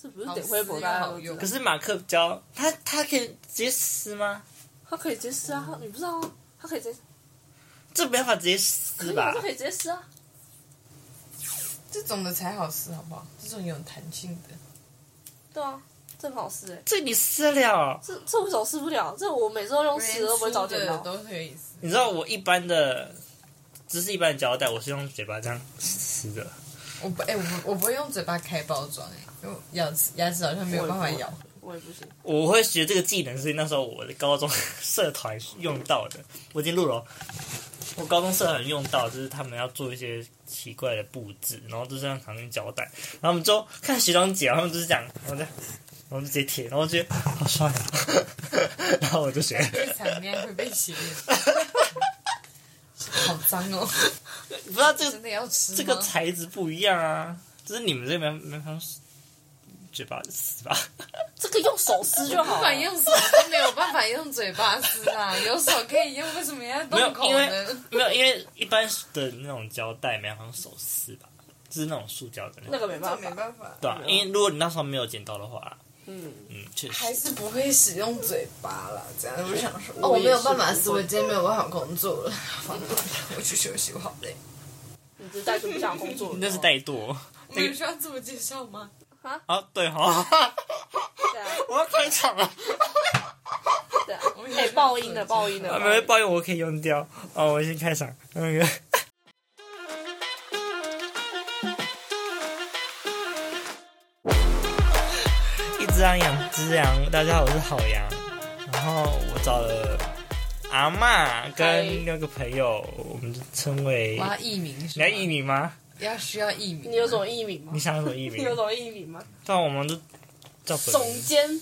这不是得惠博大家都好吃又知道好用可，是马克胶，它它可以直接撕吗？它可以直接撕啊，它你不知道吗？它可以直接，这没办法直接可撕以吧啊，这？可以直接撕啊。这种的才好吃，好不好？这种有弹性的，对啊，这不好撕哎、这你撕得了？这这为什么撕不了？这我每次都用连死都不会找啊粗的剪刀，都可以撕。你知道我一般的，只是一般的胶带，我是用嘴巴这样撕的。我不哎、我不我不会用嘴巴开包装哎、因为我牙齿牙齿好像没有办法咬。我也不行。我会学这个技能是那时候我的高中 社团用到的，我已经录了哦。我高中社团用到，就是他们要做一些奇怪的布置，然后就是用长用胶带，然后我们就看学长姐，然后就是这样，然后这样，然后就直接贴，然后我觉得好帅、啊， 然后我就学，这场面会被洗脸，好脏哦！不知道这个真的要吃吗这个材质不一样啊，就是你们这边没没法用嘴巴撕吧，这个用手撕就不 好了管。用手都没有办法用嘴巴撕啊，有手可以用，为什么要没有动口因为呢？没有，因为一般的那种胶带没法用手撕吧，就是那种塑胶的那种。那个没办这法，办法，对啊，因为如果你那时候没有剪刀的话，嗯，嗯，确实还是不会使用嘴巴啦。这样我想说，哦我没有办法撕我今天没有办法工作了， 我去休息，我好累。你这代就不想工作 了，那是怠惰。 我们有需要自我介绍吗？啊，对哈，对啊， 我要开场了，对啊我们，也哎，是报应的，报应的，啊，报没应的人抱怨我可以用掉。哦，我先开场。那个， 一只羊养只羊，大家好，我是好羊。然后我找了阿嬷跟那个朋友，我们就称为我要艺名，你要艺，名吗？要需要艺名。啊你有什么艺名吗你？想要什么艺你 名？有什么艺名吗？但我们就叫本总名监，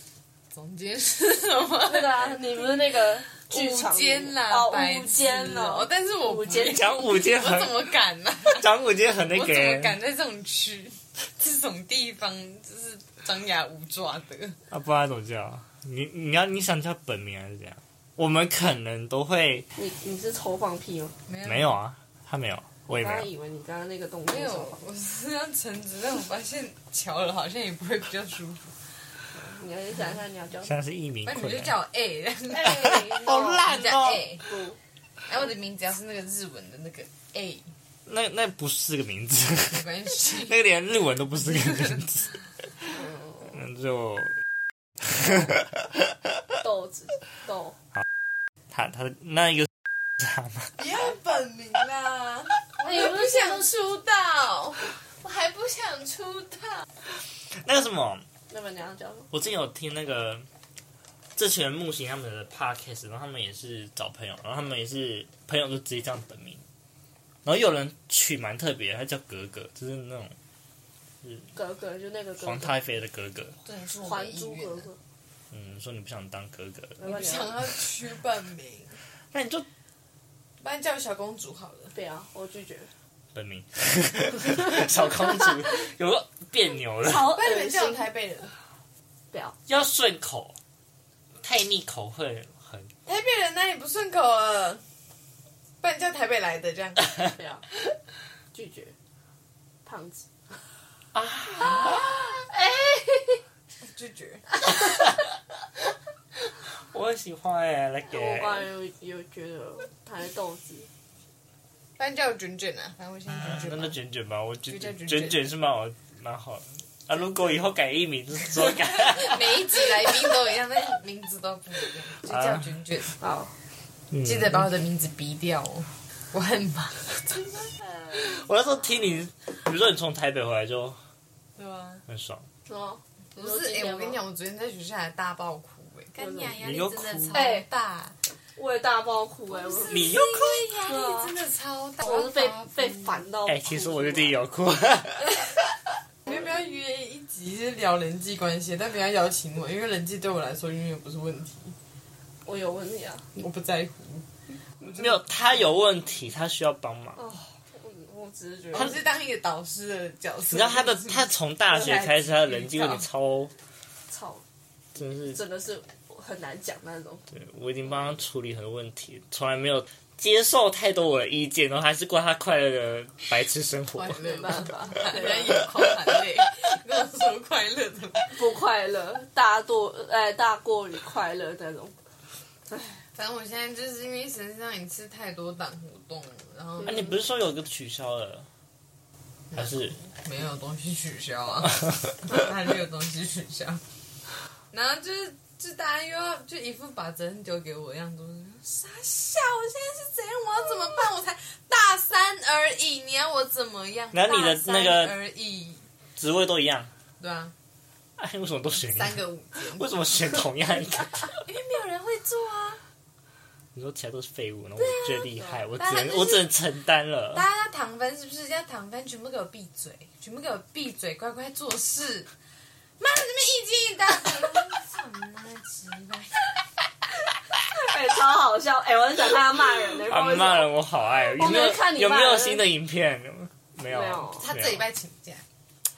总监是什么？那个 啊，你不是那个剧场午间啦，哦，白午间痴哦，但是我不午间讲五阶我怎很，么敢 呢、讲五阶很那我个怎么欸敢在这种区、这种地方，就是张牙舞爪的？啊，不然怎么叫？你你要你想叫本名还是怎样？我们可能都会你你是抽放屁吗？没有没有啊，他没有，我也刚没刚有。以为你刚刚那个动作没是什有么，我是要橙子，但我发现巧了好像也不会比较舒服。你要想一下你要叫，现在是艺名那你们困就难叫我 A，这样 子哎好烂叫哦 A。不哎，我的名字要是那个日文的那个 A，那那不是个名字， 没关 系。那个连日文都不是个名字。那 就豆子豆，他他那一个 是他吗？不要本名啦，哎我不想出道，我还不想出道。那个什么，那么你要叫什么？我之前有听那个这群人木星他们的 podcast，然后他们也是找朋友，然后他们也是朋友就直接这样本名，然后有人取蛮特别的，他叫格格，就是那种格格就那个格皇格，太妃的格格。对，是我还的意珠愿格啊。格，嗯，说你不想当格格，要不然你想要要取本 名，那你就不然叫我小公主好了。不要，我拒绝，本 名小公主，有个别扭了，好不然你恶们叫我心，台北人，不要，要顺口，太腻口会很。台北人那也不顺口啊。不然叫台北来的这样。不要，拒绝，胖子，拒绝。我很喜欢哎、那个我刚才有有觉得他是豆子，不然叫我卷卷啊，反正我先啊卷那卷就吧。卷卷吧，我就卷叫卷卷卷卷卷是蛮好蛮好的啊。如果以后改艺名，就是说改。每一集来宾都一样，但名字都不一样，就叫卷卷。啊好，嗯记得把我的名字逼掉哦，我很忙。呃，我那时候听你，比如说你从台北回来就对啊，很爽，什么？不是哎、我跟你讲，我昨天在学校还大爆哭哎、干你啊压力真的超哎大，我也大爆哭哎、我你又 哭压啊力真的超大，啊我是被被烦到。哎、其实我就自己，有 哭，你们要不要约一集是聊人际关系？但不要邀请我，因为人际对我来说永远不是问题，我有问题啊！我不在乎。没有他有问题，他需要帮忙。哦，我我只是觉我得是当一个导师的角色。你知道他的就是他从大学开始，他的人际问题超，操，真是真的是很难讲那种。 对我已经帮他处理很多问题，从来没有接受太多我的意见，然后还是过他快乐的白痴生活快。 没乐办法，人家眼眶含 泪，跟我说快乐的，不快乐，大多哎大过于快乐那种。反正我现在就是因为神让你吃太多胆活动了，然后啊，你不是说有一个取消了？还是没有东西取消 啊，还没有东西取消。然后就是，就大家又要就一副把责任丢给我的样子，我就说傻笑，我现在是怎样，我要怎么办？我才大三而已，你要我怎么样？然后你的大三那个而已，职位都一样？对啊，哎，为什么都选一样三个五间，为什么选同样 一个？因为没有人会做啊。你说其他都是废物，然后我最厉害，我只但他就能是我只能承担了。大家躺分是不是？叫躺分，全部给我闭嘴，全部给我闭嘴，乖乖做事。妈的，这么一斤一单，什么鸡巴？哎，超好笑！哎，我很想看他骂人的，啊，不知道为什么骂人我好爱，有没我没看有你有骂没有人新的影片？没有没有，他这礼拜请假，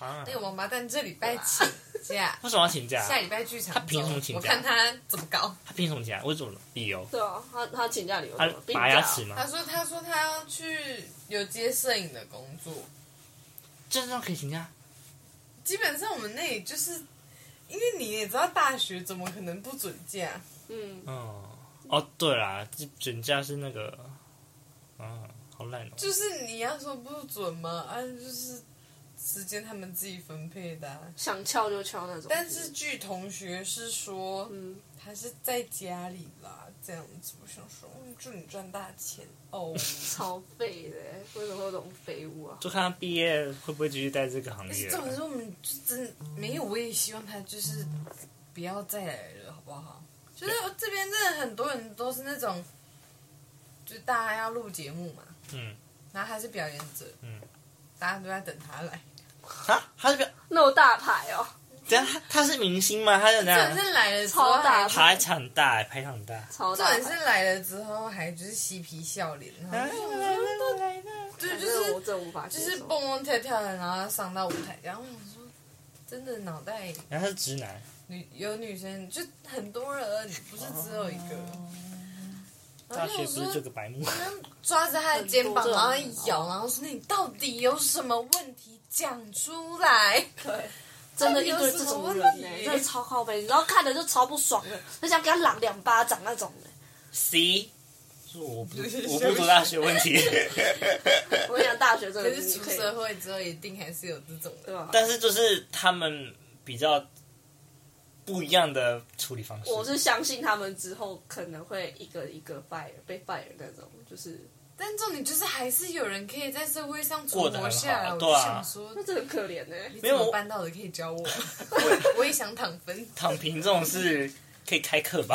啊那，个王八蛋这礼拜请假，为什么要请假？下礼拜剧场他啊凭什么走请假我看他怎么搞。他凭什么请假？为什么理由？对啊，他他请假理由他是什么？病假拔牙齿他吗？说：“他说他要去有接摄影的工作，这样可以请假？基本上我们那里就是，因为你也知道大学怎么可能不准假？嗯，哦哦，对啦，这准假是那个，啊，好烂哦。就是你要说不准嘛，啊，就是时间他们自己分配的啊、想翘就翘那种。但是据同学是说，嗯，他是在家里啦，这样子。我想说，嗯祝你赚大钱哦。超废的，为什么会有这种废物啊？就看他毕业会不会继续在这个行而且业重。点是我们就真的没有，我也希望他就是不要再来了，好不好？就是这边真的很多人都是那种，就是大家要录节目嘛，嗯，然后他是表演者，嗯，大家都在等他来。啊，他是表，那么大牌哦，等一下他他是明星吗？他是怎重样点？是啊来了之后超大还排场很大，排场很大。超重大点牌。是来了之后还就是嬉皮笑脸，然哎后对，就反正是我真的无法接就受是蹦蹦跳跳的，然后上到舞台，然后我想说，真的脑袋然后他是直男，女有女生就很多人，啊不是只有一个。然哦大后学就不是说这个白目。抓着他的肩膀，很多然这种后啊咬，然后说你到底有什么问题讲出 来？对，真的，一堆这种人呢、真的超靠背，然后看着就超不爽的，很想给他朗两巴掌那种的。 C，说我不我不读大学问 题，我跟你讲，大学真可的是出可以社会之后，一定还是有这种人。对啊吧？但是就是他们比较不一样的处理方式。我是相信他们之后可能会一个一个 fire 被 fire 那种，就是但重点就是，还是有人可以在社会上过存得活很下来。好我对就啊想 说，那真的很可怜呢、欸你怎没有么办到的？可以教我吗？ 我也想躺 分。躺平这种事可以开课吧？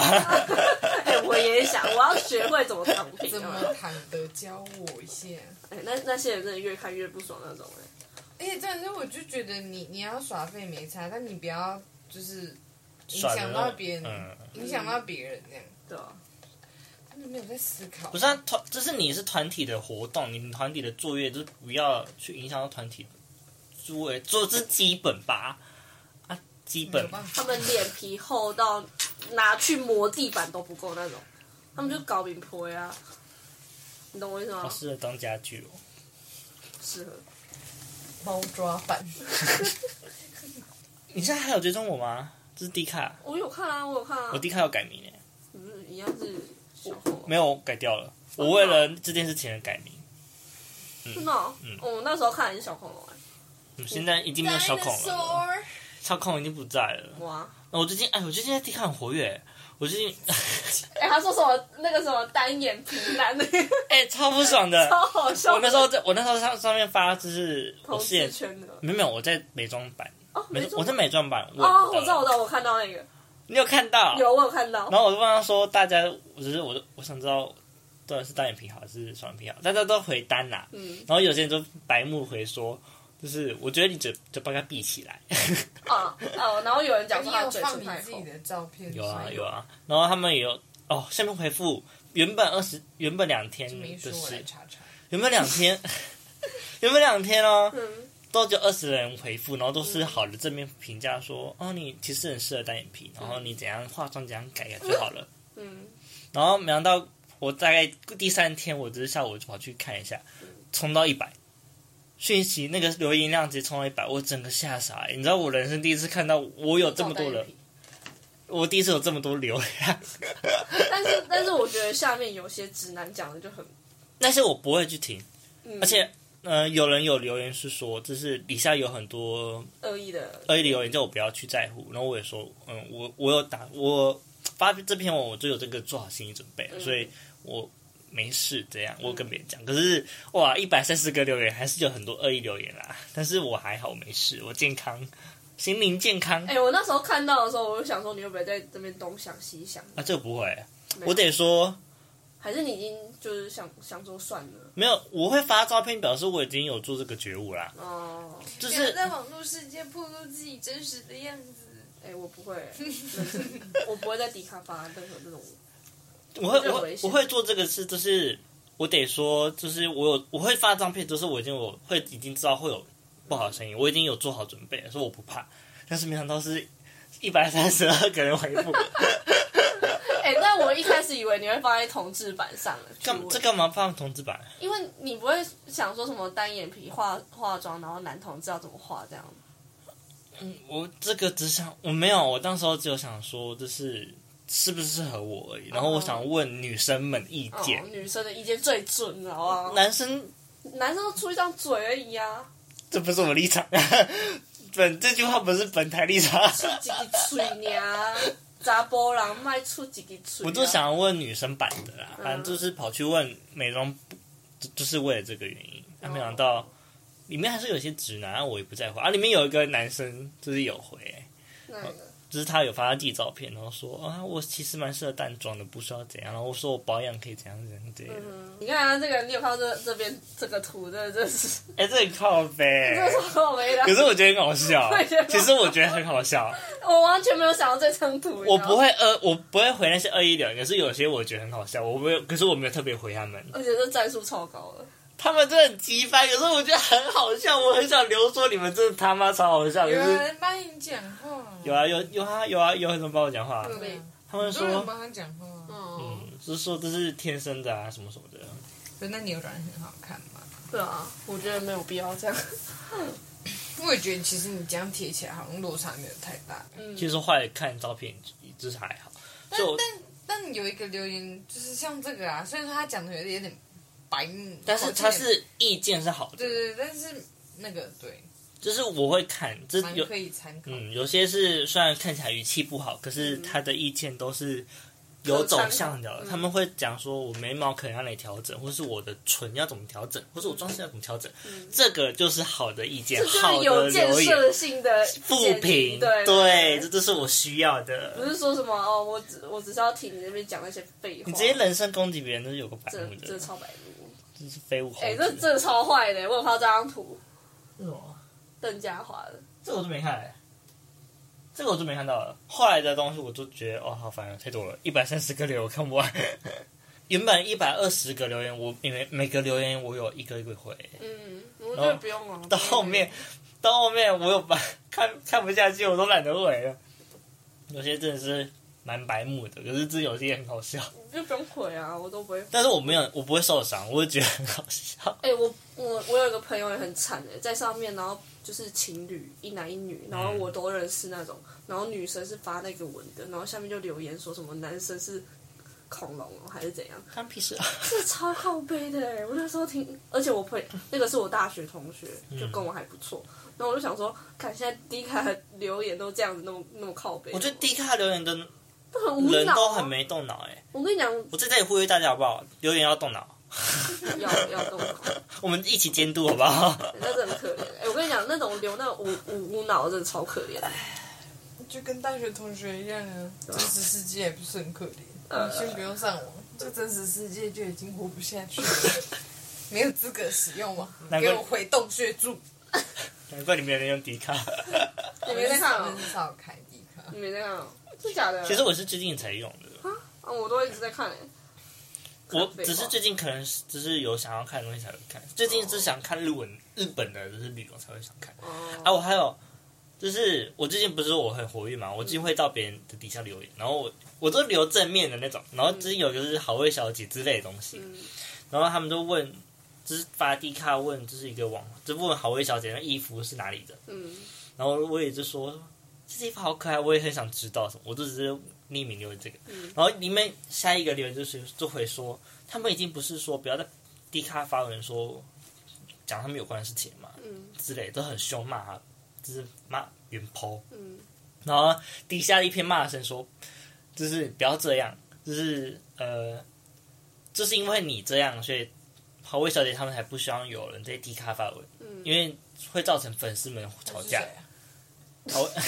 哎、我也想，我要学会 怎么躺平怎啊。么躺的？教我一下。哎、那那些人真的越看越不爽那种哎、而且重点是，我就觉得你你要耍废没差，但你不要就是影爽响的到别人，嗯，影响到别人这样。对啊，他们没有在思考。不是啊团，就是你是团体的活动，你们团体的作业就是不要去影响到团体的作为，做这是基本吧？啊，基没本有。办法，他们脸皮厚到拿去磨地板都不够那种，他们就搞饼婆呀，你懂我意思好吗？适合当家具哦，适合。猫抓 板。你现在还有追踪我吗？这是迪卡，我有看啊，我有看啊我，迪卡要改名诶，不是一样是小后，没有我改掉了，我为了这件事情而改名。真的哦嗯，我那时候看也是小恐龙哎，嗯现在已经没有小哦孔了， Dinosaur 小孔已经不在了。哇，那我最近，哎，我最近在迪卡很活跃，我最近， 哎，他说什么那个什么单眼皮男的，哎，超不爽 的。超好笑的。我那时候在，我那时候上上面发，就是我同饰事演，圈的没有没有，我在美妆版，哦，美没我在美妆版。哦，我知道，我知道，我看到那个你有看到？有，我有看到然，后我就问他说，大家，我只是我就我想知道，到底是单眼皮好还是双眼皮好？大家都回单啦、嗯然后有些人就白目回说，就是我觉得你嘴嘴巴该闭起来。啊哦，然后有人讲你说他有嘴唇放你太自厚己，的照片？有啊所以有。啊，然后他们也有哦，下面回复原本二十原本两天这么一的说，我来事，查查。原本两天， 原本两天哦，嗯，都只有二十人回复，然后都是好的正面评价说，哦你其实很适合单眼皮，然后你怎样化妆怎样改就好了。嗯，然后没想到我大概第三天，我只是下午就跑去看一下，冲到一百，讯息那个留言量直接冲到一百，我整个吓傻、欸。你知道我人生第一次看到我有这么多人，我第一次有这么多流量，但是但是我觉得下面有些直男讲的就很， 但是我不会去听，嗯、而且。呃，有人有留言是说，就是底下有很多恶意的，恶意留言，叫我不要去在乎。然后我也说，嗯，我我有打我发这篇文，我就有这个做好心理准备了，嗯所以我没事这样，我跟别人讲。可是哇，一百三十个留言还是有很多恶意留言啦，但是我还好，我没事，我健康，心灵健康、哎、我那时候看到的时候，我就想说，你会不会在这边东想西想？啊，这个不会，没有我得说还是你已经就是想想说算了没有，我会发照片表示我已经有做这个觉悟啦，哦。就不要是在网络世界暴露自己真实的样子。哎、我不 会，我不会在迪卡发任何这种。我会这个我危会险我会做这个事，就是我得说，就是我有我会发照片，就是我已经我会已经知道会有不好的声音，我已经有做好准备了，所以我不怕。但是没想到是一百三十二个人回复，哎、但我一开始以为你会放在同志版上了， 干这干嘛放同志版？因为你不会想说什么单眼皮化化妆，然后男同志要怎么化这样。嗯，我这个只想我没有，我当时候只有想说，就是适不适合我而已。然后我想问女生们意哦见，，女生的意见最准了啊，男生男生都出一张嘴而已啊，这不是我立场， 本这句话不是本台立场。出几个嘴尔，查甫人卖出几啊个嘴。我就，想要问女生版的啦，嗯反正就是跑去问美妆部，就就是为了这个原因。啊，没想哦到里面还是有些直男，啊我也不在乎啊。里面有一个男生就是有回、哦那个就是他有发他自己照片，然后说啊，我其实蛮适合淡妆的，不需要怎样。然后我说我保养可以怎样怎样怎样。嗯，你看啊，这个你有看到这这边这个图，这真 是哎、这很靠 背。这是我没的可，是我觉得很好笑我也觉得，其实我觉得很好笑。 我完全没有想到这张图。我你知道不吗，会呃，我不会回那些恶意留言，可是有些我觉得很好笑，我没有，可是我没有特别回他们。而且这战术超高了。他们真的很鸡掰，有时候我觉得很好笑，我很想留说你们真的他妈超好笑。可有是人帮你讲话，有啊有有啊有啊有很多人帮我讲话，嗯对，他们很多人说帮他讲话。啊嗯，嗯，是说这是天生的啊什么什么的。嗯可是那牛软很好看嘛？对啊，我觉得没有必要 这样。我也觉得其实你这样贴起来好像落差没有太大。嗯，其实坏了看照片就是还好，但就但但有一个留言就是像这个啊，虽然说他讲的有点有点白目，但是他是意见是好的对，对，对但是那个对，就是我会看，这蛮有可以参考。嗯有些是虽然看起来语气不好，可是他的意见都是。有走向的，嗯他们会讲说，我眉毛可能要哪里调整，或是我的唇要怎么调整，或是我妆饰要怎么调整，嗯这个就是好的意见这，就是好有的建留言设性的复建议评，对这就是我需要的。不是说什么哦，我只我只是要听你那边讲那些废话。你直接哦人身攻击别人，这是有个白这目的，这这超白目。是废物猴子。哎、这这超坏的，我有看到这张图，这什么邓家华的。这个我都没看、哎这个我就没看到了。后来的东西我就觉得哦，好烦，太多了，一百三十个留言我看不完。 原本一百二十个留言，我因为每个留言我有一个一个回，嗯，我觉得不用了。到后面，到后面我有把 看看不下去，我都懒得回了。有些真的是蛮白目的，可是这有些也很好笑。你就不用回啊，我都不会。但是我没有，我不会受伤，我会觉得很好笑。哎、我我我有一个朋友也很惨的，在上面，然后就是情侣一男一女，然后我都认识那种，然后女生是发那个文的，然后下面就留言说什么男生是恐龙哦还是怎样，关屁事啊！这超靠背的哎！我那时候听，而且我朋那个是我大学同学，就跟我还不错。然后我就想说，看现在 D 卡留言都这样子，那么那么靠背，我觉得低卡留言的都很无人脑、啊都很。没动脑哎、我跟你讲，我在这里呼吁大家好不好？留言要动脑，要要动脑，我们一起监督好不好？那真的很可怜。哎，我跟你讲，那种留那无无无脑的真的超可怜的。就跟大学同学一样啊，真实世界也不是很 可怜，呃你先不用上网，这真实世界就已经活不下 去了，没有资格使用网，难给怪我回洞穴住。 难怪你没有人用低卡。你没在看我哦很？少开地卡， 你没在看哦？是假的？ 其实我是最近才用的，啊，我都一直在看哎。我只是最近可能是只是有想要看的东西才会看，最近是想看日文日本的就是旅游才会想看。啊哦啊，我还有就是我最近不是说我很活跃嘛，我最近会到别人的底下留言，然后我我都留正面的那种，然后之前有一个是好味小姐之类的东西，嗯然后他们就问，就是发低卡问，就是一个网，就问好味小姐那衣服是哪里的，嗯，然后我也就说这件衣服好可爱，我也很想知道什么，我就只是匿名留言这个，嗯然后里面下一个留言就是就回说，他们已经不是说不要再低咖发文说讲他们有关的事情嘛，嗯之类都很凶骂他，就是骂原剖，嗯然后底下一篇骂声说，就是不要这样，就是呃，就是因为你这样，所以好味小姐他们才不希望有人在低咖发文，嗯，因为会造成粉丝们吵架。 好， 哎、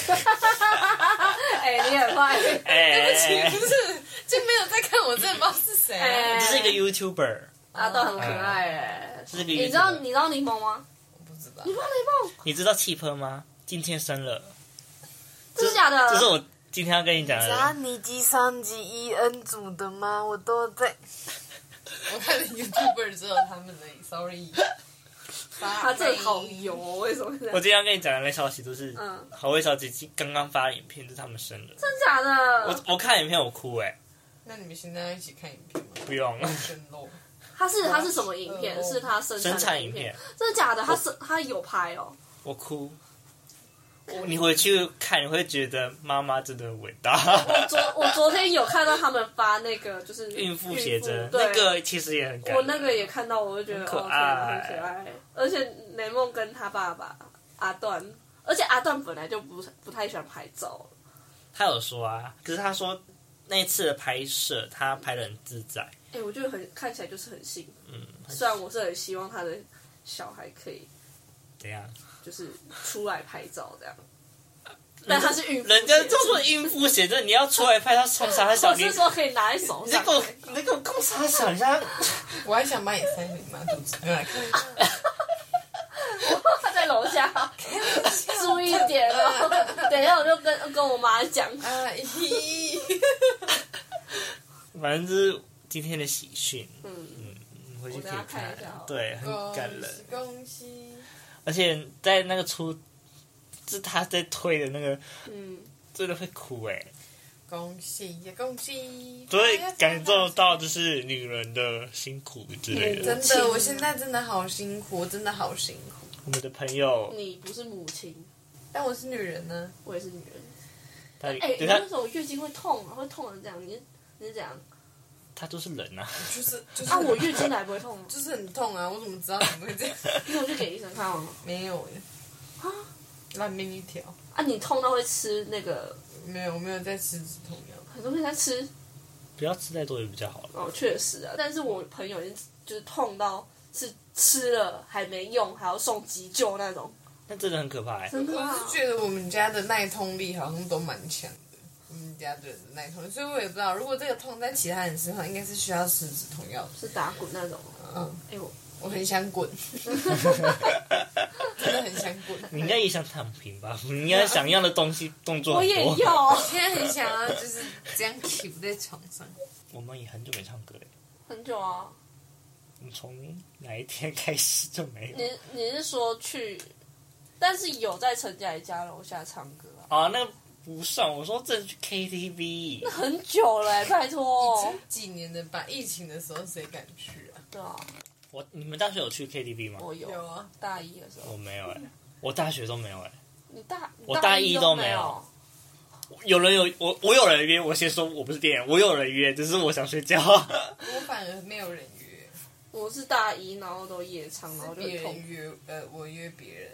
你很坏，对哎，不起，不是，就没有在看，我真的不知道是谁啊。哎这是一个 YouTuber，阿豆很可爱哎、这是一个 YouTuber。你知道你知道柠檬吗？我不知道，你帮柠檬，你知道气喷吗？今天生了，真的假的？这是我今天要跟你讲加的。尼基桑吉伊恩组的吗？我都在。我看的 YouTuber 只有他们的，sorry。他他这个好油、哦，为什么这我样？今天要跟你讲的那消息，就是嗯好味小姐今刚刚发影片，就是他们生了。真的假的？我我看影片我哭哎、那你们现在要一起看影片吗？不用全漏。他是他是什么影片？哦是他生生产产的影片片，，真的假的？他是他有拍哦，我哭。我你回去看，你会觉得妈妈真的很伟 大。昨我昨天有看到他们发那个就是孕妇写真对那个其实也很感人我那个也看到，我就觉得很可哦，天啊爱很可爱。而且雷梦跟他爸爸阿段，而且阿段本来就不不太喜欢拍照，他有说啊，可是他说那一次的拍摄他拍的很自在，哎、我觉得很看起来就是很幸福。嗯，虽然我是很希望他的小孩可以怎样？就是出来拍照这样， 但他是孕妇，人家就说孕妇写真，你要出来拍，他冲啥 小我你是说可以拿在手你在上给。我，你在给我共啥小？你像我还想把你塞你妈肚子，没有啦 开玩笑他在楼下， 注意一点 哦。等一下我就跟跟我妈讲，啊咦，反正就是今天的喜讯，嗯，你回去可我等下以 Oh 看一下哦对，很感人。恭喜！而且在那个出，是他在推的那个，嗯，真的会哭哎、恭喜呀，恭喜！所以感受到就是女人的辛苦之类的。真的，我现在真的好辛苦，我真的好辛苦。我们的朋友，你不是母亲，但我是女人呢，我也是女人。他哎、对你他为什么月经会痛啊？会痛成这样？你是你是怎样？他就是人啊，就是就是啊，我月经来不会痛吗？就是很痛啊，我怎么知道你会这样？因为我去给医生看哦了。没有耶，啊烂命一条。啊，你痛到会吃那个没有，我没有在吃止痛药。很多东西在吃不要吃太多也比较好了。哦，确实啊。但是我朋友已经就是痛到是吃了还没用，还要送急救那种，那真的很可怕哎、真可啊怕我是觉得我们家的耐痛力好像都蛮强的，我们家的人的耐痛力，所以我也不知道，如果这个痛在其他人身上，应该是需要吃止痛药的。是打滚那种。嗯，哎、我我很想 滚，真的很想滚。你应该也想躺平吧？你应该想要的东西动作我很也多。啊要，现在很想要就是这样 keep 在床上。我们也很久没唱歌了，很久啊。我们从哪一天开始就没有？你你是说去，但是有在陈家怡家楼下唱歌啊？啊，那个不算。我说这去 KTV，很久了、 哎拜托。几年的吧，疫情的时候谁敢去啊？对啊，我你们大学有去 KTV 吗？我有有啊，大一的时候，我没有哎、我大学都没有哎、你大你我大一一都没没有。有人有我，我有人约，我先说我不是店员，我有人约，只是我想睡 觉。我反而没有人约，我是大一，然后都夜唱，然后就很别人痛。约，呃，我约别人，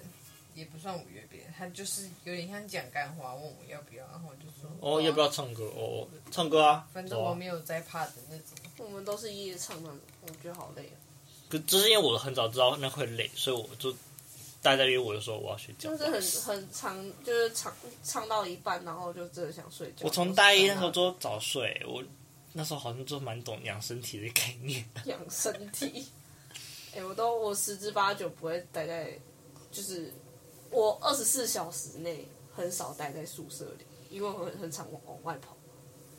也不算我约别人，他就是有点像讲干话，问我要不要，然后我就说啊哦，要不要唱歌？哦，唱歌啊，反正走啊我没有在怕的那种。我们都是夜唱那种，我觉得好累啊。可就是因为我很早知道那会累，所以我就大家约我就说我要睡觉就。是很很长，就是唱唱到一半，然后就真的想睡觉。我从大一那时候就早睡，我那时候好像就蛮懂养身体的概念。养身体。 哎、我都我十之八九不会待在，就是我二十四小时内很少待在宿舍里，因为我很很常往往外跑。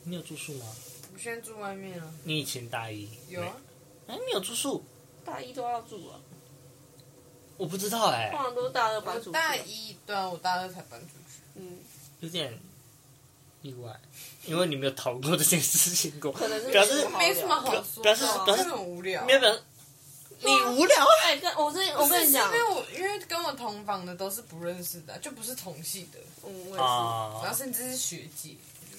你有住宿吗？我现在住外面啊，你以前大一有啊，没？哎，你有住宿？大一都要住啊，我不知道哎、通常都是大二我搬出去。大一，对啊，我大二才搬出去。嗯，有点意外，因为你没有逃过这件事情过，可能是表示不好没什么好说的表示啊，表示真的很无聊。没有表示你无聊啊。哎，跟我跟我跟你讲不是，是因为我因为跟我同房的都是不认识的，就不是同系的，嗯，我也是，啊然后甚至是学姐，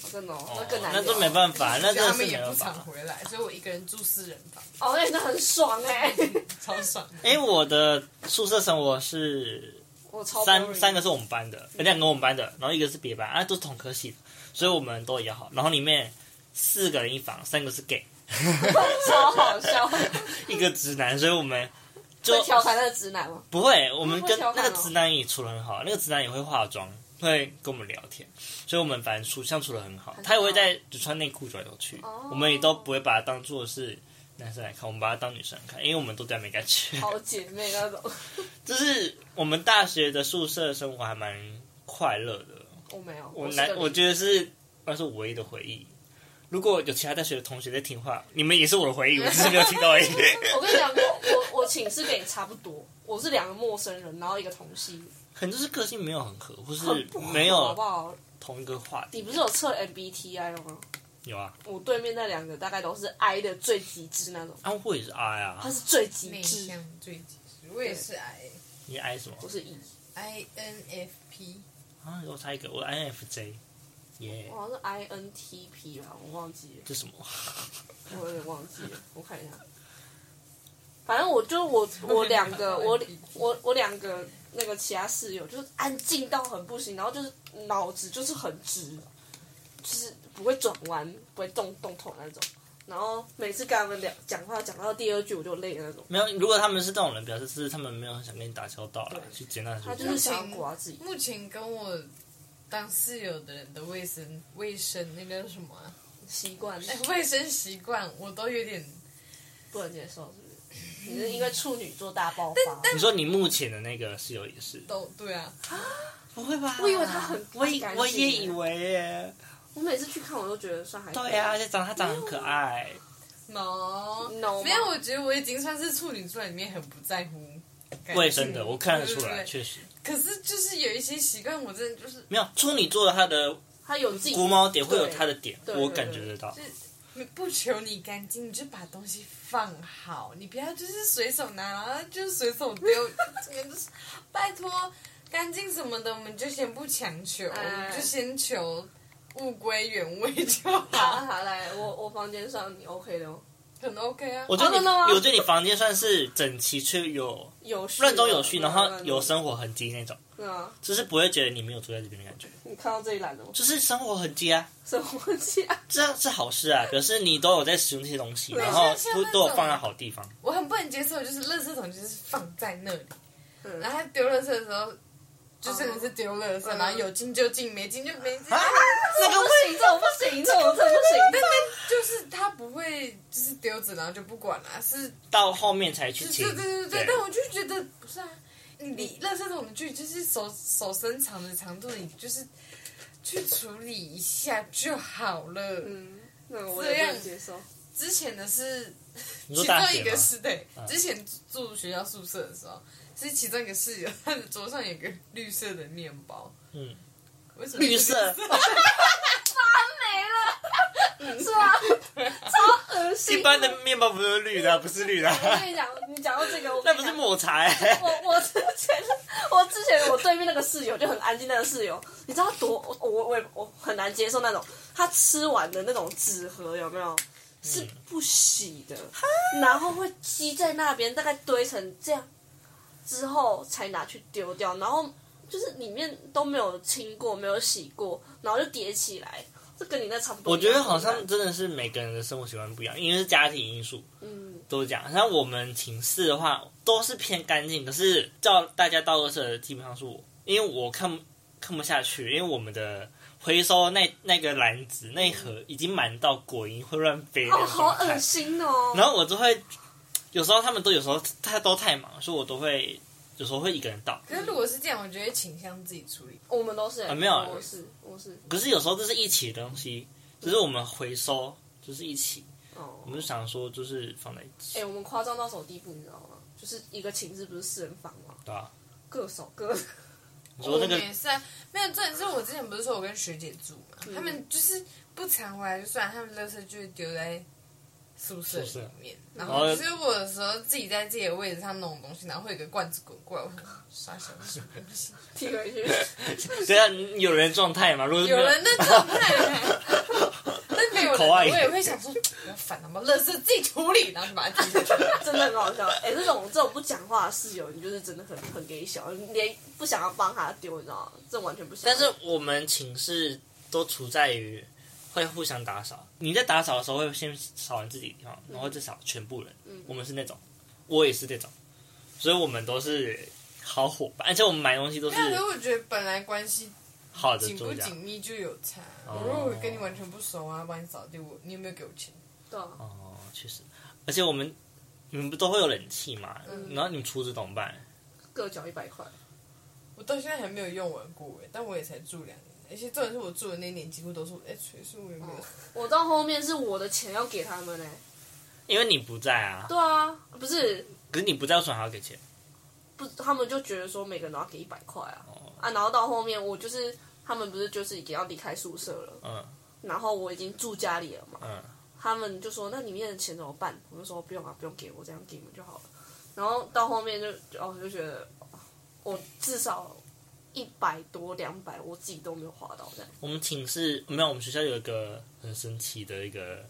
真的哦，哦那更难那聊。都没办法，那而且真的他是们没也不办常法。啊回来，所以我一个人住四人房，哦，那真的很爽哎，超爽的。哎、我的宿舍生活是 我超三 boring 三个是我们班的，两个我们班的，然后一个是别班，啊，都是同科系的，所以我们都一样好。然后里面四个人一房，三个是 gay，超好笑，一个直男，所以我们 就会调侃那个直男吗？不会，我们跟会调那侃个哦直男也处的很好，那个直男也会化妆，会跟我们聊天，所以我们反正处相处的很好。他也会在只穿内裤走来走去，哦我们也都不会把他当做是男生来看，我们把他当女生来看，因为我们都这样没感觉。 好哦姐妹那种，就是我们大学的宿舍生活还蛮快乐的，我没有，我是难个，我觉得是那是我唯一的回忆。如果有其他大学的同学在听话，你们也是我 的回忆，我只是没有听到而已。我跟你讲，我我我寝室跟你差不多，我是两个陌生人，然后一个同系，可能就是个性没有很合，或是很不合没好不有好？同一个话你题。不是有测 MBTI 吗？有啊，我对面那两个大概都是 I 的最极致那种，安徽也是 I 啊他，是最内极致，向最及时，我也是 I 你 I 什么？我是 E， I N F P，啊，我差一个，我 INFJ，耶、我好像是 INTP 吧，我忘记了，这什么？我有点忘记了，我看一下。反正我就我我两个我我我两个那个其他室友就是安静到很不行，然后就是脑子就是很直，就是不会转弯，不会动动头那种。然后每次跟他们聊讲话，讲到第二句我就累了那种。没有，如果他们是这种人，表示是他们没有很想跟你打交道了，对去接纳他他就是想要刮自己，目前跟我当室友的人的卫生卫生那个什么啊习惯哎卫生习惯，我都有点不能接受，是不是？你是因为处女座大爆发？你说你目前的那个室友也是？都对啊，不会吧？我以为他很我以干净我也以为耶。我每次去看我都觉得算还可以对啊，而且长他长得很可爱。 no No 吗没有，我觉得我已经算是处女座里面很不在乎感情卫生的，我看得出对来，对对确实可是就是有一些习惯，我真的就是没有处女座的，他的他有自己国毛点会有对他的点，对对我感觉得到。你不求你干净，你就把东西放好，你不要就是随手拿，然后就随手丢，这个就是拜托干净什么的，我们就先不强求，我哎们就先求物归原位就好好，好来，我我房间上你 OK 的吗？哦很 OK 啊。我觉得真你的吗有，我觉得你房间算是整齐却有有序乱中有序，对然啊后乱中有生活痕迹那种，对啊，就是不会觉得你没有住在这边的感觉，你看到这一栏了吗？就是生活痕迹啊，什么 家？这样是好事啊，表示你都有在使用这些东西，对然后像像都那种啊都有放在好地方。我很不能接受，就是垃圾桶就是放在那里，嗯然后他丢垃圾的时候。就真的是丢垃圾，嗯啊然后有进就进，没进就没进。这个不行，这我不行，这我这不但行。但就是他不会就是丢着然后就不管啦、是到后面才去清对，对对对，对但我就觉得不是啊，你离垃圾桶的距离就是手手伸长的长度，你就是去处理一下就好了。嗯，那我也不能接受。之前的是你说其大中学一个吗？啊是对，之前住学校宿舍的时候，是其中一个室友他的桌上有个绿色的面包， 嗯，为什么绿色？是啊，超恶心。一般的面包不是绿的啊，不是绿的啊，我跟你讲，你讲到这个，我 那跟你不讲是抹茶欸。我我之前我之前我对面那个室友就很安静，那个室友你知道多我我我也我很难接受那种他吃完的那种纸盒有没有嗯是不洗的，然后会积在那边，大概堆成这样之后才拿去丢掉，然后就是里面都没有清过，没有洗过，然后就叠起来，这跟你那差不多我一觉样。得好像真的是每个人的生活习惯不一样，因为是家庭因素嗯，都是这样。像我们寝室的话，都是偏干净，可是叫大家倒垃圾的基本上是我，因为我看不看不下去，因为我们的回收那那个篮子那一盒已经满到果蝇会乱飞那哦，种好状态恶心哦。然后我就会有时候他们都有时候他都太忙，所以我都会有时候会一个人倒。可是如果是这样，我觉得倾向自己处理。我们都是、啊没有我是我是可是有时候这是一起的东西，只是我们回收就是一起，哦我。们就想说就是放在一起。哎、我们夸张到什么地步，你知道吗？就是一个寝室不是四人房吗？对吧、各扫各的，你我说那们哦个也是啊，没有重点是我之前不是说我跟学姐住嘛，他们就是不常回来就算，他们垃圾就会丢在宿舍宿舍里面，然后哦就是我有时候自己在自己的位置上弄东西，然后会有个罐子滚过来，我想傻小子，踢回去。对啊，有人状态嘛？如果是有没人那状态欸，那没有口人，爱我也会想说不要烦他们，垃圾自己处理，然后就把它丢下去。真的很好笑。哎、这种这种不讲话的室友，你就是真的很很给小，你连不想要帮他丢，你知道吗？这完全不行。但是我们寝室都处在于会互相打扫。你在打扫的时候会先扫完自己的地方，然后再扫全部人。嗯我们是那种，我也是那种，所以我们都是好伙伴，而且我们买东西都是但是我觉得本来关系好的紧不做家紧。密就有差。哦我如果跟你完全不熟啊，帮你扫地，我你有没有给我钱？对啊，哦，确实，而且我们你们不都会有冷气嘛？嗯然后你们厨子怎么办？各缴一百块，我到现在还没有用完过哎，但我也才住两年，而且重点是我住的那年几乎都是哎，所以说我也没有。我到后面是我的钱要给他们呢、因为你不在啊，对啊，不是可是你不在，为什么还要给钱？不，他们就觉得说每个人都要给一百块啊、哦啊，然后到后面我就是他们不是就是已经要离开宿舍了，嗯然后我已经住家里了嘛，嗯，他们就说那里面的钱怎么办？我就说不用啊，不用给我，这样给你们就好了。然后到后面就哦，我就觉得哦我至少一百多两百，我自己都没有花到这样。我们寝室没有，我们学校有一个很神奇的一个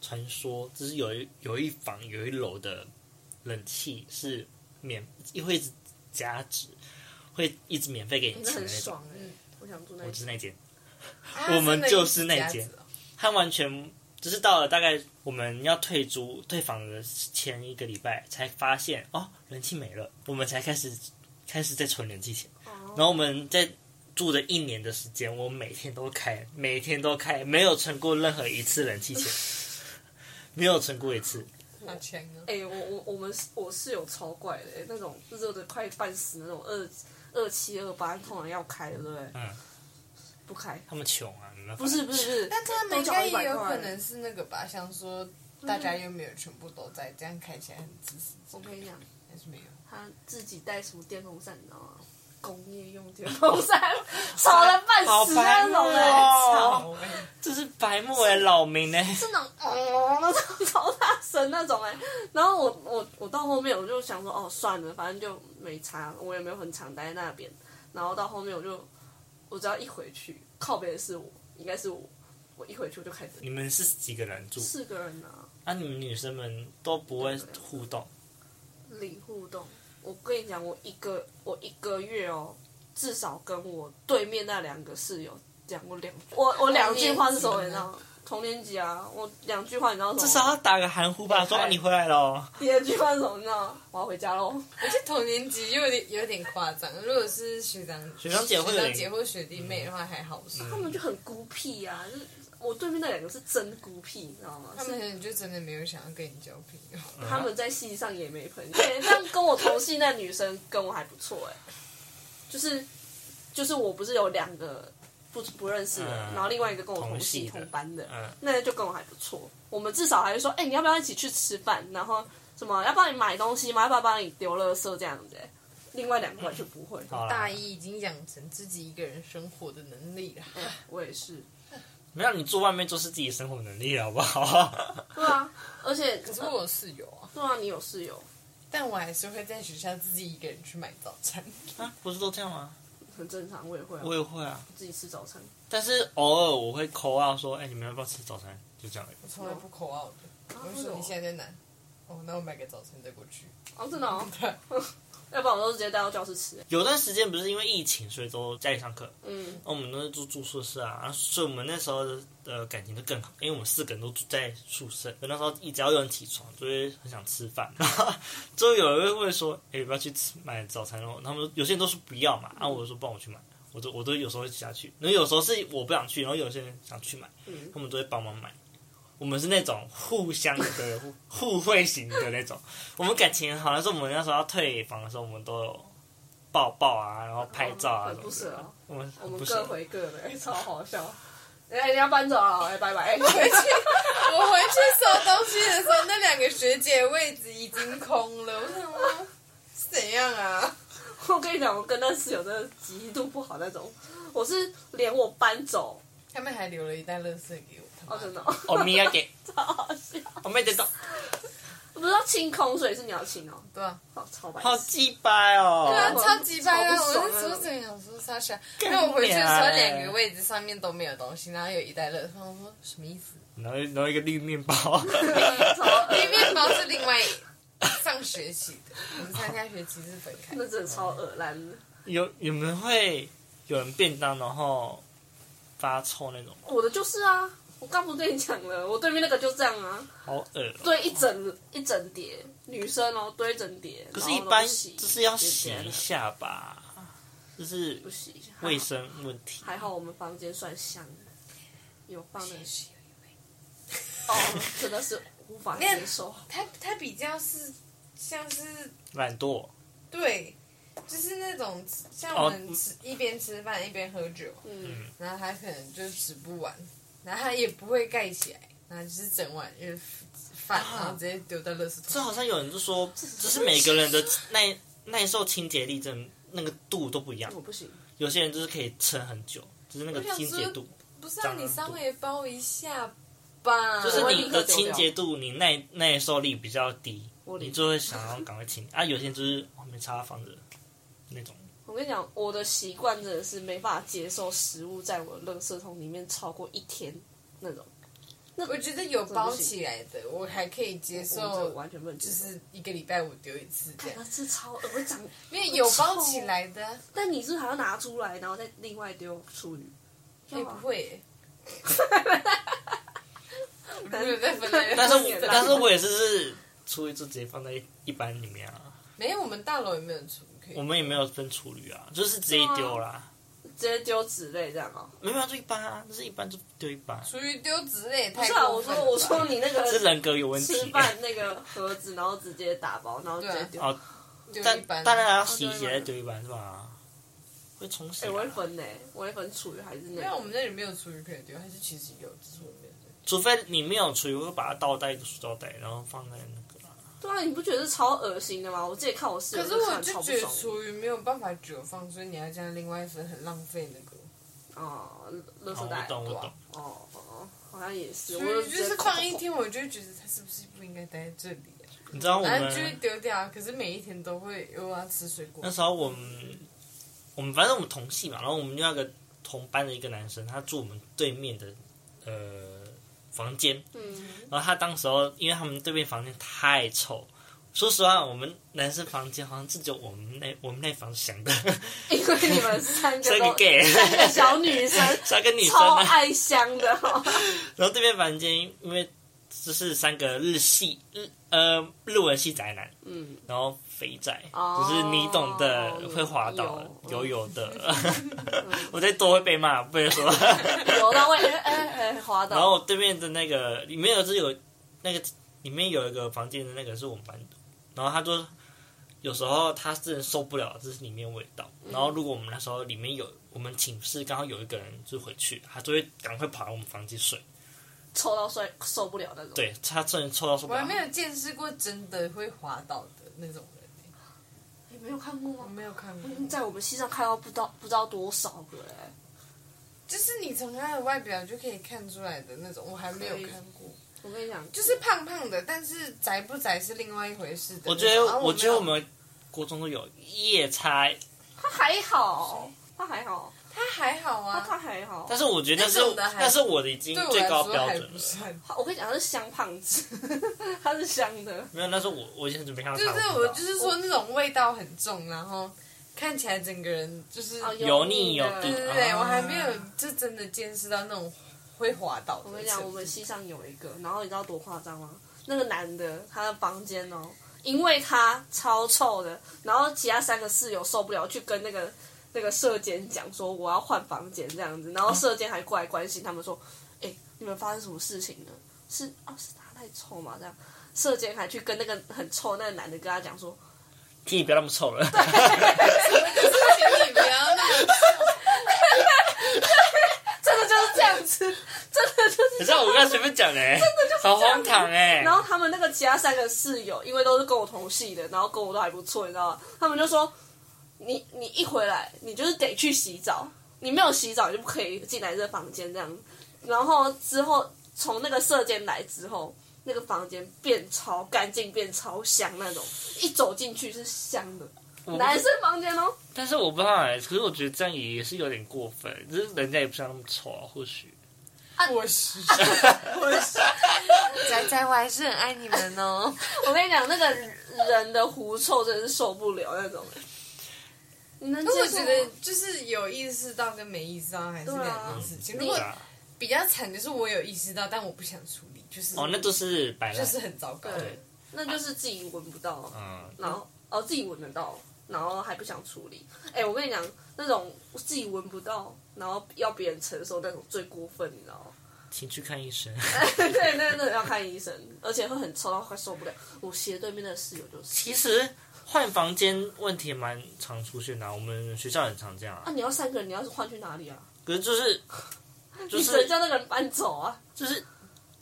传说，就是有一有一房有一楼的冷气是免会一直加值，会一直免费给你那钱很的那种。爽哎、嗯我想住那我一就是间。那间，啊 我真们的就是一那家间子哦他完全就是到了大概我们要退租退房的前一个礼拜，才发现哦人气没了，我们才开始开始在存人气钱。哦然后我们在住的一年的时间，我每天都开，每天都开，没有存过任何一次人气 钱，没有存过一次。好强啊！哎、我我我们我室友超怪的、欸，那种热的快半死那种二二七二八，通常要开对不对？嗯，不开，他们穷啊，没办法不是不是不是，但他们都应缴该100也有块可能是那个吧，想说大家又没有全部都在，这样看起来很自私，我跟你讲，但是没有。他自己带什么电风扇，你知道吗？工业用电风扇，吵了半死那种的、哦操 哎这是白目哎，老民哎，是那种哦，那种超大声那种哎、然后我我我到后面我就想说哦算了，反正就没差，我也没有很常待在那边。然后到后面我就我只要一回去，靠边的是我，应该是我，我一回去我就开始 你们是几个人住？四个人啊啊，你们女生们都不会互动，零互动。我跟你讲，我一个我一个月哦，至少跟我对面那两个室友讲过两句，我我两句话是什么你知道吗？同年级啊，我两句话你知道什么吗？至少要打个含糊吧，说啊你回来喽。第二句话是什 么你知道吗？我要回家喽。而且同年级有点有点夸张，如果是学长、学长姐会学有点嗯长姐或学弟妹的话还好说，他们就很孤僻啊，就是我对面那两个是真孤僻，你知道吗？他是们可能就真的没有想要跟你交朋友。他们在戏上也没朋友， 对但跟我同系那女生跟我还不错哎、就是就是我不是有两个不不认识的，嗯然后另外一个跟我同系同系的同班的，嗯那个就跟我还不错，我们至少还会说，哎、你要不要一起去吃饭？然后什么要帮你买东西吗？要不要帮你丢垃圾这样子、欸？另外两个完全不会，好啦大一已经养成自己一个人生活的能力了，哎我也是，没有，你住外面就是自己生活能力了，好不好？对啊，而且可是我有室友啊，对啊，你有室友，但我还是会在学校自己一个人去买早餐。 啊，不是都这样吗？很正常，我也会、啊，我也会啊，自己吃早餐。但是偶尔我会扣啊，说，哎、你们要不要吃早餐？就这样而已。我从来不口傲的，啊我就说你现在在哪？哦，那我买个早餐再过去。 哦，真的哦， 要不然我都直接带到教室吃。有段时间不是因为疫情，所以都在家里上课，嗯，那我们都是住住宿舍啊，啊所以我们那时候的呃感情就更好，因为我们四个人都住在宿舍，所以那时候一只要有人起床，就会很想吃饭， 然后就有人会说，哎、要不要去吃买早餐哦？他们说有些人都说不要嘛，啊，我就说帮我去买，我都我都有时候会下去，然后有时候是我不想去，然后有些人想去买，嗯他们都会帮忙买。我们是那种互相的 互互惠型的那种，我们感情好像是我们那时候要退房的时候，我们都有抱抱啊，然后拍照啊很什么的，不舍哦我们我很们不各舍。回各的， 哎超好笑。哎、人家搬走了，哎、拜拜。 回去，我回去收东西的时候，那两个学姐位置已经空了。我想说，是怎样啊？我跟你讲，我跟那室友真的极度不好那种，我是连我搬走，他们还留了一袋垃圾给我，他哦，妈的真的、 我咪要给，超好笑。我没得到，我不知道清空，所以是你要清哦，对啊，好超白痴。好鸡掰哦！对啊，我超级白啊！超不我爽啊那时候真的想说傻笑，因干为我回去的时你候啊两个位置上面都没有东西，然后有一袋垃圾，我说什么意 思？然后然后一个绿面包， 因为面包是另外上学期的，我们上下学期是分开的。那真的超恶烂的。有你们会有人便当然后发臭那种，我的就是啊，我刚不跟你讲了，我对面那个就这样啊，好恶哦、堆一整一整叠，女生哦堆一整叠，可可是，一般就是要洗一下吧，就是不洗，还好卫生问题。还好我们房间算香的，有放那个是哦，真的是无法那接 受。它它比较是像是懒惰，对，就是那种像哦我们吃、一边吃饭一边喝酒，嗯，然后它可能就吃不完，然后它也不会盖起来，然后就是整碗就是饭，啊然后直接丢到垃圾啊这桶。好像有人就说，就是每个人的耐耐受清洁力真的那个度都不一样我，不行，有些人就是可以撑很久，就是那个清洁度，不是啊，蟑螂你稍微包一下吧。就想说嗯是我你的清洁度，你耐耐受力比较低，我你理就会想要赶快清。啊，有些人就是我没擦放着那种，我跟你讲，我的习惯真的是没办法接受食物在我的垃圾桶里面超过一天那种，我觉得有包起来的，我还可以接我这啊受，哎完全不能接就受。是一个礼拜我丢一次这看样它，是超恶会长，因为有包起来的啊，但你是不是还要拿出来，然后再另外丢厨余。 也哎不会耶。但没有在分类但是 也我懒但是我也是是厨余就直接放在一一般里面啊，没有，我们大楼也没有厨可我以。们也没有分厨余啊，就是直接丢啦。啊直接丢纸类这样哦、没办法，就一般啊，就是一般就丢一般，属于丢纸类，不太是啊，过我说分了吧我说你那是个人格有问题吃。饭那个盒子，然后直接打包，然后直接丢。哦丢一 但般，当然要洗一洗再丢一般是吧？会冲洗、哎、啊。我会分呢、我会分厨余还是那没个有，我们那里没有厨余可以丢，还是其实有，只是我没有丢。除非你没有厨余，会把它倒在一个塑胶袋，然后放在那个。对啊，你不觉得超恶心的吗？我自己看我室友，可是我看就超不觉得爽厨余没有办法久放，所以你要这样另外分，很浪费那个。哦，垃圾好，我袋。懂，我对懂啊。哦哦，好像也是。厨我余直就接是扣扣放一扣，天，我就会觉得它是不是不应该待在这里啊？你知道我然后就会们丢掉啊。可是每一天都会又要吃水果那，时候我们我们反正我们同系嘛，然后我们另外一个同班的一个男生，他住我们对面的呃房间，嗯，然后他当时候，因为他们对面房间太臭，说实话，我们男生房间好像就只有我们那我们那房想的 因为你们三个三个都 gay，三 个小女生， 三个女生超啊。爱香的、哦，然后对面房间因为就是三个日系日呃日文系宅男，嗯，然后肥宅，哦就是你懂的，会滑倒有游 泳的。我再多会被骂，不能说。有到位，哎哎哎，滑然后倒，我对面的那个里面有是有那个里面有一个房间的那个是我们班的，然后他说有时候他真的受不了这是里面味道，嗯然后如果我们那时候里面有我们寝室刚好有一个人就回去，他就会赶快跑来我们房间睡，臭到睡受不了那种。，对他真的臭到受不我了还。没有见识过真的会滑倒的那种人欸、你没有看过我吗？没有看过。在我们西上看到不知道不知道多少个哎、就是你从他的外表就可以看出来的那种，我还没有看过。我跟你讲，就是胖胖的，但是宅不宅是另外一回事的那种。我觉啊得，我觉得我没有们国中都有夜差，他还好，他还好，他还好他啊，他还好。但是我觉得那是那种的还那是我的已经对我最来高说标还准不了，算。我跟你讲，他是香胖子， 他是香的。没有那是我我已经准备看到就是他了。我就是说那种味道很重，然后看起来整个人就是，哦对油腻腻有的度对对，啊我还没有就真的见识到那种会滑倒的程度。我跟你讲，我们 西上有一个，然后你知道多夸张吗？那个男的，他的房间哦，因为他超臭的，然后其他三个室友受不了，去跟那个 那个舍监讲说我要换房间这样子，然后舍监还过来关心他们说，哎、你们发生什么事情了？是啊，是他太臭嘛这样。舍监还去跟那个很臭那个男的跟他讲说，替你不要那么臭了。就是请你不要那么 真的就是这样吃，真的就是。可 是我刚随便讲的、欸，真的好荒唐哎、然后他们那个其他三个室友，因为都是跟我同系的，然后跟我都还不错，你知道吗？他们就说，你你一回来，你就是得去洗澡，你没有洗澡你就不可以进来这个房间这样。然后之后从那个射箭来之后，那个房间变超干净，变超香那种，一走进去是香的，我不男生房间哦。 但是我不知道哎、可是我觉得这样也是有点过分，就是人家也不像那么丑啊，或许。我是仔仔，我还是很爱你们哦。我跟你讲，那个人的狐臭真的是受不了那种。欸你能接那我受觉吗？得就是有意识到跟没意识到还是对啊两件事情。如你果对啊比较惨就是我有意识到，但我不想处理，就是哦，那就是摆烂。就是很糟糕。对，那就是自己闻不到，啊嗯，然后哦自己闻得到，然后还不想处理。哎、我跟你讲，那种自己闻不到，然后要别人承受那种最过分，你知道吗？ 请去看医生。 对，那那要看医生，而且会很臭到快受不了。我斜对面的室友就是，其实换房间问题也蛮常出现的啊、我们学校很常这样啊，啊。你要三个人，你要是换去哪里啊？可是就是就你谁是叫那个人搬走啊？就是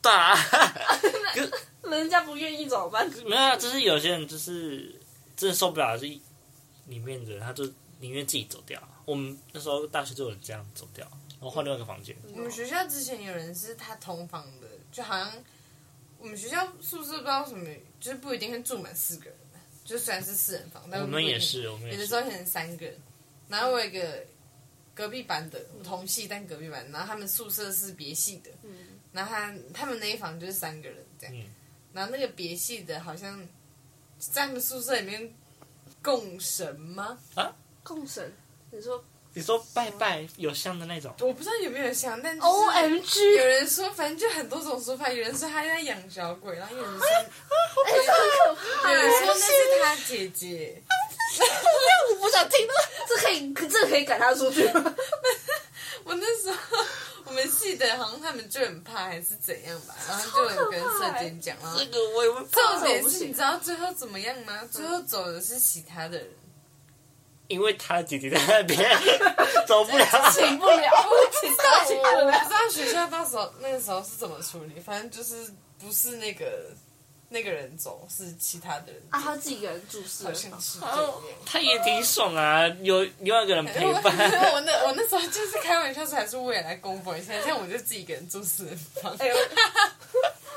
大、人家不愿意怎么办？没有啊，就是有些人就是真的受不了，是里面的人他就宁愿自己走掉。我们那时候大学就有人这样走掉，然后换另外一个房间。我们学校之前有人是他同房的，就好像我们学校宿舍不知道为什么，就是不一定会住满四个人，啊就虽然是四人房，但我不一们定也，是，我们有也的时是。候可能三个人。然后我有一个隔壁班的同系，但隔壁班，然后他们宿舍是别系的，嗯然后他他们那一房就是三个人这样，嗯然后那个别系的好像在他们宿舍里面共神吗？共神，你说你说拜拜有香的那种，我不知道有没有像，但就是 O M G，有人说，反正就很多种说法。有人说他在养小鬼，然后有人 说，很可怕有人说哎那是他姐姐，我不想听到，这可以，这可以赶他出去吗？我那时候我们系的，好像他们就很怕还是怎样吧，然后就有跟社监讲，然后这个我也会重怕，点是你知道最后怎么样嗯吗？最后走的是其他的人，因为他姐姐在那边走不了。请不了， 请不了，请不我不了。知道学校到时候那个时候是怎么处理，反正就是不是那个那个人走，是其他的人走，啊，他自己一个人住是好像是这哦样。他也挺爽啊，有另外一个人陪我伴。我那我那时候就是开玩笑说，还是我也来公布一下，这样我就自己一个人住私人房。哎呦，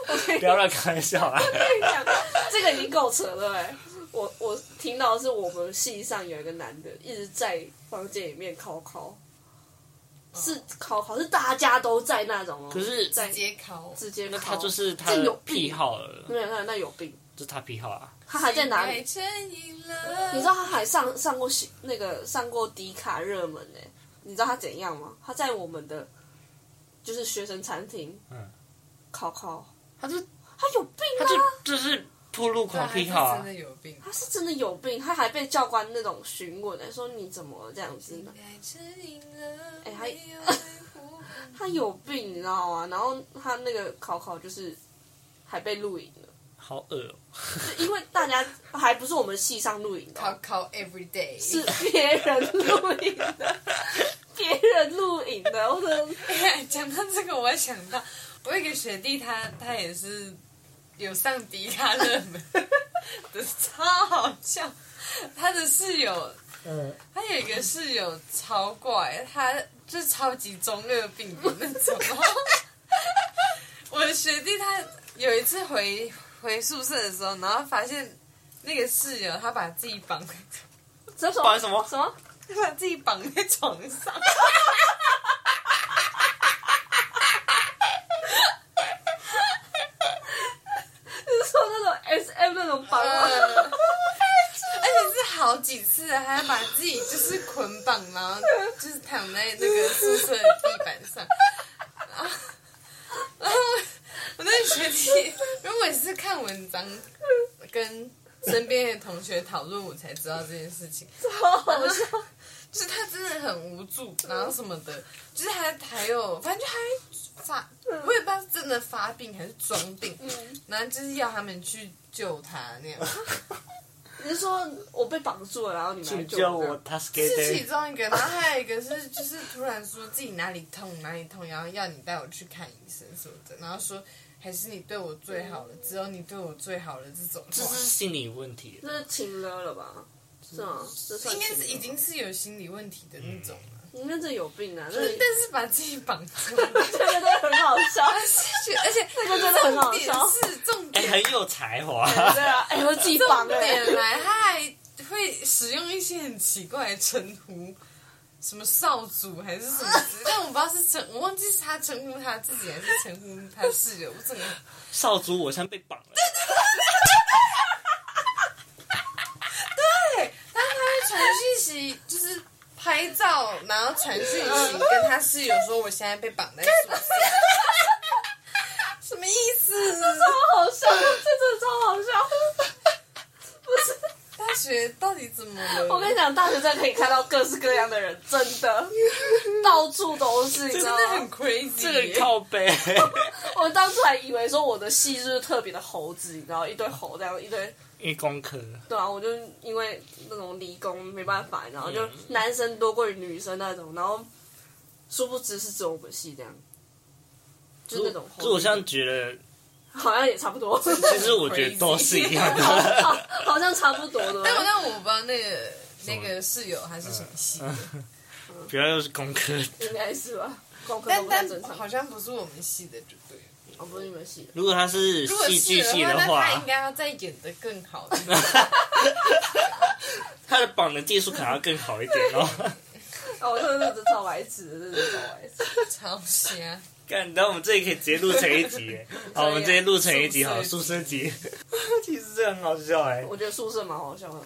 我跟你不要乱开玩笑啊！讲，这个已经够扯了哎、我我听到的是我们系上有一个男的一直在房间里面考考，是考考是大家都在那种哦，可是在直接考，直接那那他就是他这的有癖好了，没有那那有病，这是他癖好啊。他还在哪里太？成瘾了你知道他还上上过喜那个上过迪卡热门呢、你知道他怎样吗？他在我们的就是学生餐厅，嗯，考考，他就他有病他啊！就就是铺路狂癖好真啊的。有病。他是真的有病，他还被教官那种询问、欸，说你怎么这样子？太成瘾了，哎还没有维护他有病，你知道吗？然后他那个考考就是还被录影了，好恶哦、就因为大家还不是我们系上录影的考哦，考 every day，是别人录影的，别人录影的，我真的哎 讲到这个，我还想到我有一个学弟他，他也是有上迪卡热门，的超好笑。他的室友，嗯，他有一个室友超怪，他就是超级中二病的那种。然后我的学弟他有一次回回宿舍的时候，然后发现那个室友他把自己绑 在这什绑么什么什么？他把自己绑在床上。就是说那种 S M 那种绑吗？而且是好几次，还把自己就是捆绑，然后就是躺在那个宿舍的地板上，然后，然后我那个学弟，因为我也是看文章跟身边的同学讨论，我才知道这件事情。超好笑！就是他真的很无助，然后什么的，就是还还有，反正就还发，我也不知道是真的发病还是装病，然后就是要他们去救他那样。你是说我被绑住了，然后你们来请救救我这我样？ ，Tasky 是其 Day。中一个，然后还有一个是，就是突然说自己哪里痛哪里痛，然后要你带我去看医生什么的，然后说还是你对我最好了，只有你对我最好了这种这话是，心理问题，这是情勒了吧？是吗？这算应该是情勒已经是有心理问题的那种了，你那这有病啊！那但你是把自己绑住，而这个真的很好笑，且而且这个真的很好重 点笑。是重哎、点很有才华。对啊，哎、我自己绑重的、点来，他还会使用一些很奇怪的称呼，什么少主还是什么之类，但我不知道是称，我忘记是他称呼他自己还是称呼他室友，我整个少主，我像被绑了。对，但他会传讯息，就是拍照，然后传讯息跟他室友说我现在被绑在宿舍，什么意思？超好笑，这真的超好笑。大学到底怎么了？我跟你讲，大学生可以看到各式各样的人，真 的到处都是，你知真道的吗很？crazy，这个靠背，我当初还以为说我的系就是特别的猴子，你知道，一堆猴这样，一堆 因为工科，对啊，我就因为那种理工没办法，然后就嗯男生多过于女生那种，然后殊不知是只有我们系这样，就那种猴子。就我像觉得，好像也差不多，其实我觉得都是一样好的。好 好像差不多的。但我但我不知道那个那个室友他是什么系的，主要又是工科。应该是吧，功课都但不太正但常。好像不是我们系的，就对了。哦，不是你们系的，如果他是如果戏剧是系的那他话应，该要再演的更好。他的绑的技术可能要更好一点哦。哦，我真的是超白痴的，真的是超白痴。超瞎，看，然后我们这里可以直接录成一集耶，好，我们直接录成一集好，宿舍集。 其实这很好笑哎，我觉得宿舍蛮好笑的，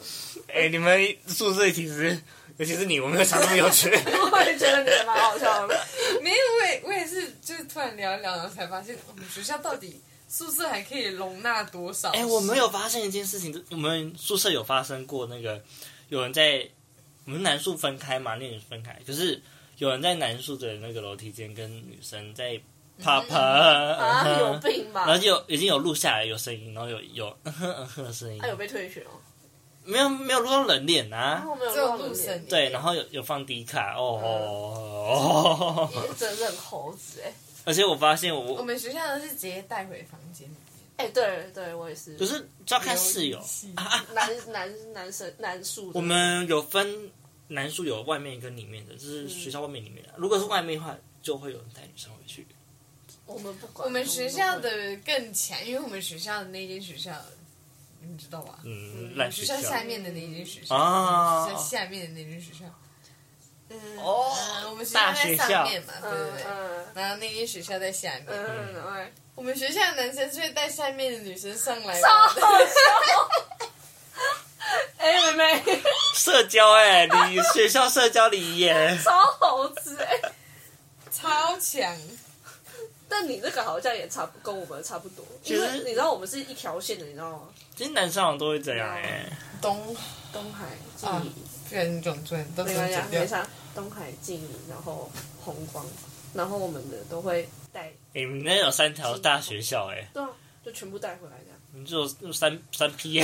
哎，你们宿舍其实，尤其是你，我没有想那么有趣。我也觉得你们蛮好笑 的。没有我也我也是，就是突然聊一聊，然后才发现我们学校到底宿舍还可以容纳多少？哎、我们有发现一件事情，我们宿舍有发生过那个有人在我们男宿分开嘛，那女分开，可是有人在男宿的那个楼梯间跟女生在啪啪，啊，嗯有哼病吧然后？就有已经有录下来有声音，然后有有嗯哼嗯哼的声音他，有被退学哦，没有没有录到人脸啊然，后没有只有露陆脸生，对，然后有有放低卡哦哦哦，真的是很猴子哎。而且我发现我我们学校的是直接带回房间里面。哎，对对，我也是可，是就要看室友没有一起啊啊，男男男生男宿的，我们有分男宿有外面跟里面的，嗯就是学校外面里面的。如果是外面的话，就会有人带女生回去。我们不管，我们学校我们的更强，因为我们学校的那间学校，你们知道吧？嗯，烂学校校下面的那间学校，啊学校下面的那间学校，嗯，我哦，们学校大在学上校面嘛，不对管不对？嗯然后那间学校在下面，嗯嗯，哎，我们学校的男生就会带下面的女生上来超玩， 好笑。 哎，妹 妹，社交哎、你学校社交礼仪耶。超猴子哎。超强。但你那个好像也差不跟我们差不多，其实因为你知道我们是一条线的，你知道吗？其实男生好像都会这样哎、哦东东海、静啊怡，，不然种出来都没是关系啊，剪掉没。啥。东海、静怡，然后红光，然后我们的都会带，欸你们那有三条大学校哎、对啊，就全部带回来这样。你们只有三三欸批、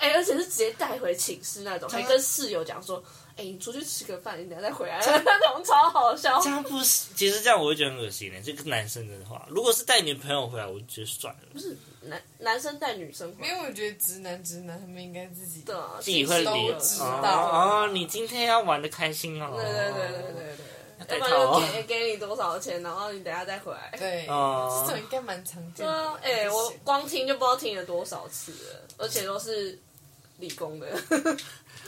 哎、而且是直接带回寝室那种，啊还跟室友讲说：“哎、你出去吃个饭，你等下再回来。” 那种超好笑这。样不是？其实这样我会觉得很恶心的、欸这个男生的话，如果是带女朋友回来，我就觉得算了，不是男男生带女生回没来有，我觉得直男直男他们应该自己的、啊，自己会都理知有道哦。哦你今天要玩的开心哦。对对对对对对。要戴不然套就哦给给你多少钱，然后你等下再回来。对，哦这种应该蛮常见对啊的。，哎、我光听就不知道听了多少次了，而且都是理工 的。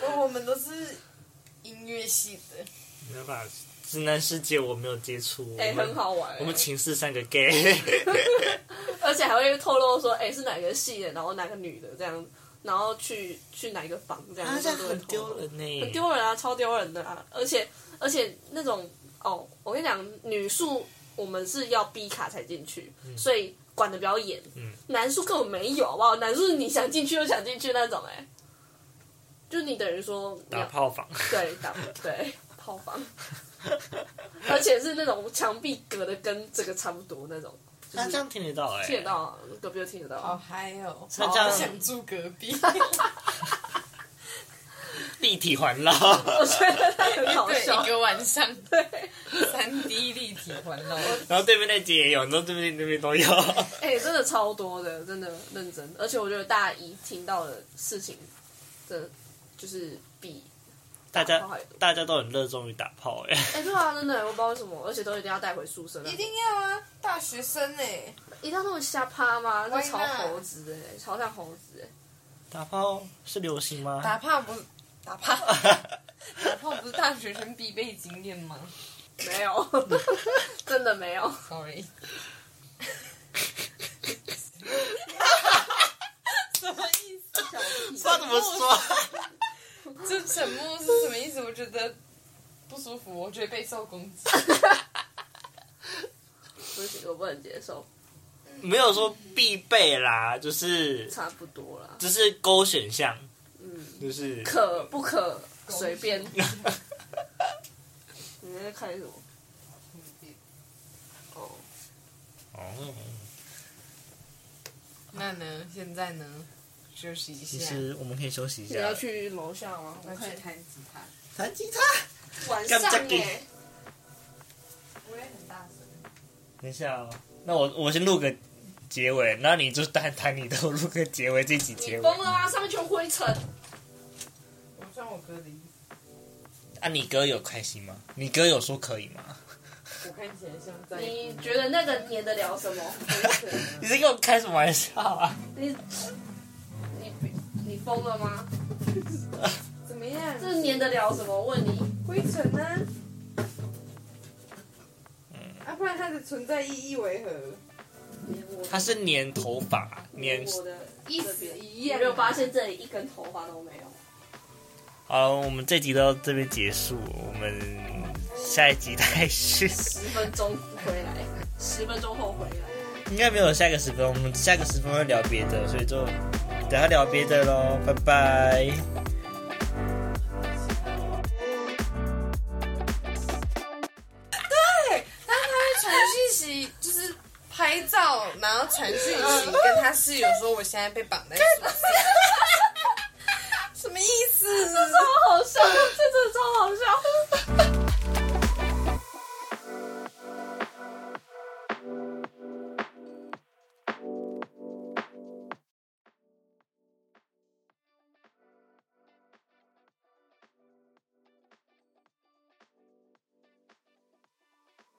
我我们都是音乐系的，没办法，直男世界我没有接触，哎、我们很好玩、我们寝室三个 gay，而且还会透露说，哎、是哪个系的，然后哪个女的这样，然后去去哪一个房这样， 啊，这样都会很透露丢，人呢，很丢人啊，超丢人的啊！而且而且那种哦，我跟你讲，女宿我们是要 B 卡才进去，所以管的比较严。嗯男宿根本没有，好不好？男宿你想进去就想进去那种、哎，就你等于说你打要炮房，对，打对套房，而且是那种墙壁隔的跟这个差不多那种，就那是这样听得到哎、听得。到，啊隔壁就听得好到。嗨哦！那这好样想住隔 壁，立体环 绕，我觉得他 很好对，笑一，个晚上，三 D 立体环绕，然后对面那集也有，然后对面那边都有。哎、真的超多的，真的认真。而且我觉得大一听到的事情的，就是比大打家 炮还多大家都很热衷于打炮哎、哎、对啊，真的，我不知道为什么，而且都一定要带回宿舍那种，一定要啊！大学生哎、一定要那么瞎趴吗？那 Why 超 not？猴子哎、超像猴子哎、打炮是流行吗？打炮不是打 炮，打炮不是大学生必备经验吗没有， 真的没 有。 ？Sorry。什么意思？小屁不知道怎么说，这沉默是什么意思？我觉得不舒服，我觉得备受攻击。不行，我不能接受，没有说必备啦， 就是差不多啦。只是勾选项，嗯，就是可不可随便？ 你在看什么？哦，哦。 那呢？现在呢？休息一其下，实我们可以休息一你下。要去楼下吗？我我看去弹吉他，弹吉他？晚上干不哎、干欸，我也很大声。等一下哦，那我我先录个结尾，那你就弹弹你的，我录个结尾，这集你结尾疯了吗？上面全灰尘。我穿我哥的衣啊，你哥有开心吗？你哥有说可以吗？服，我看起来像在你觉得那个粘得了什么？你在跟我开什么玩笑啊？你你你疯了吗？ 怎么样？这粘得了什么？我问你，灰尘呢、啊？啊，不然它的存在意义为何？粘我他是粘头发，粘粘我的意这思边一有样、没有发？现这里一根头发都没有？好，我们这集到这边结束，我们下一集再 续，十分钟回来，十分钟后回来。应该没有下个十分，我们下个十分会聊别的，所以就等下聊别的喽，拜拜。但他会传讯息，就是拍照，然后传讯息跟他室友说我现在被绑在床上， 什么意思？超好笑，这真的超好笑。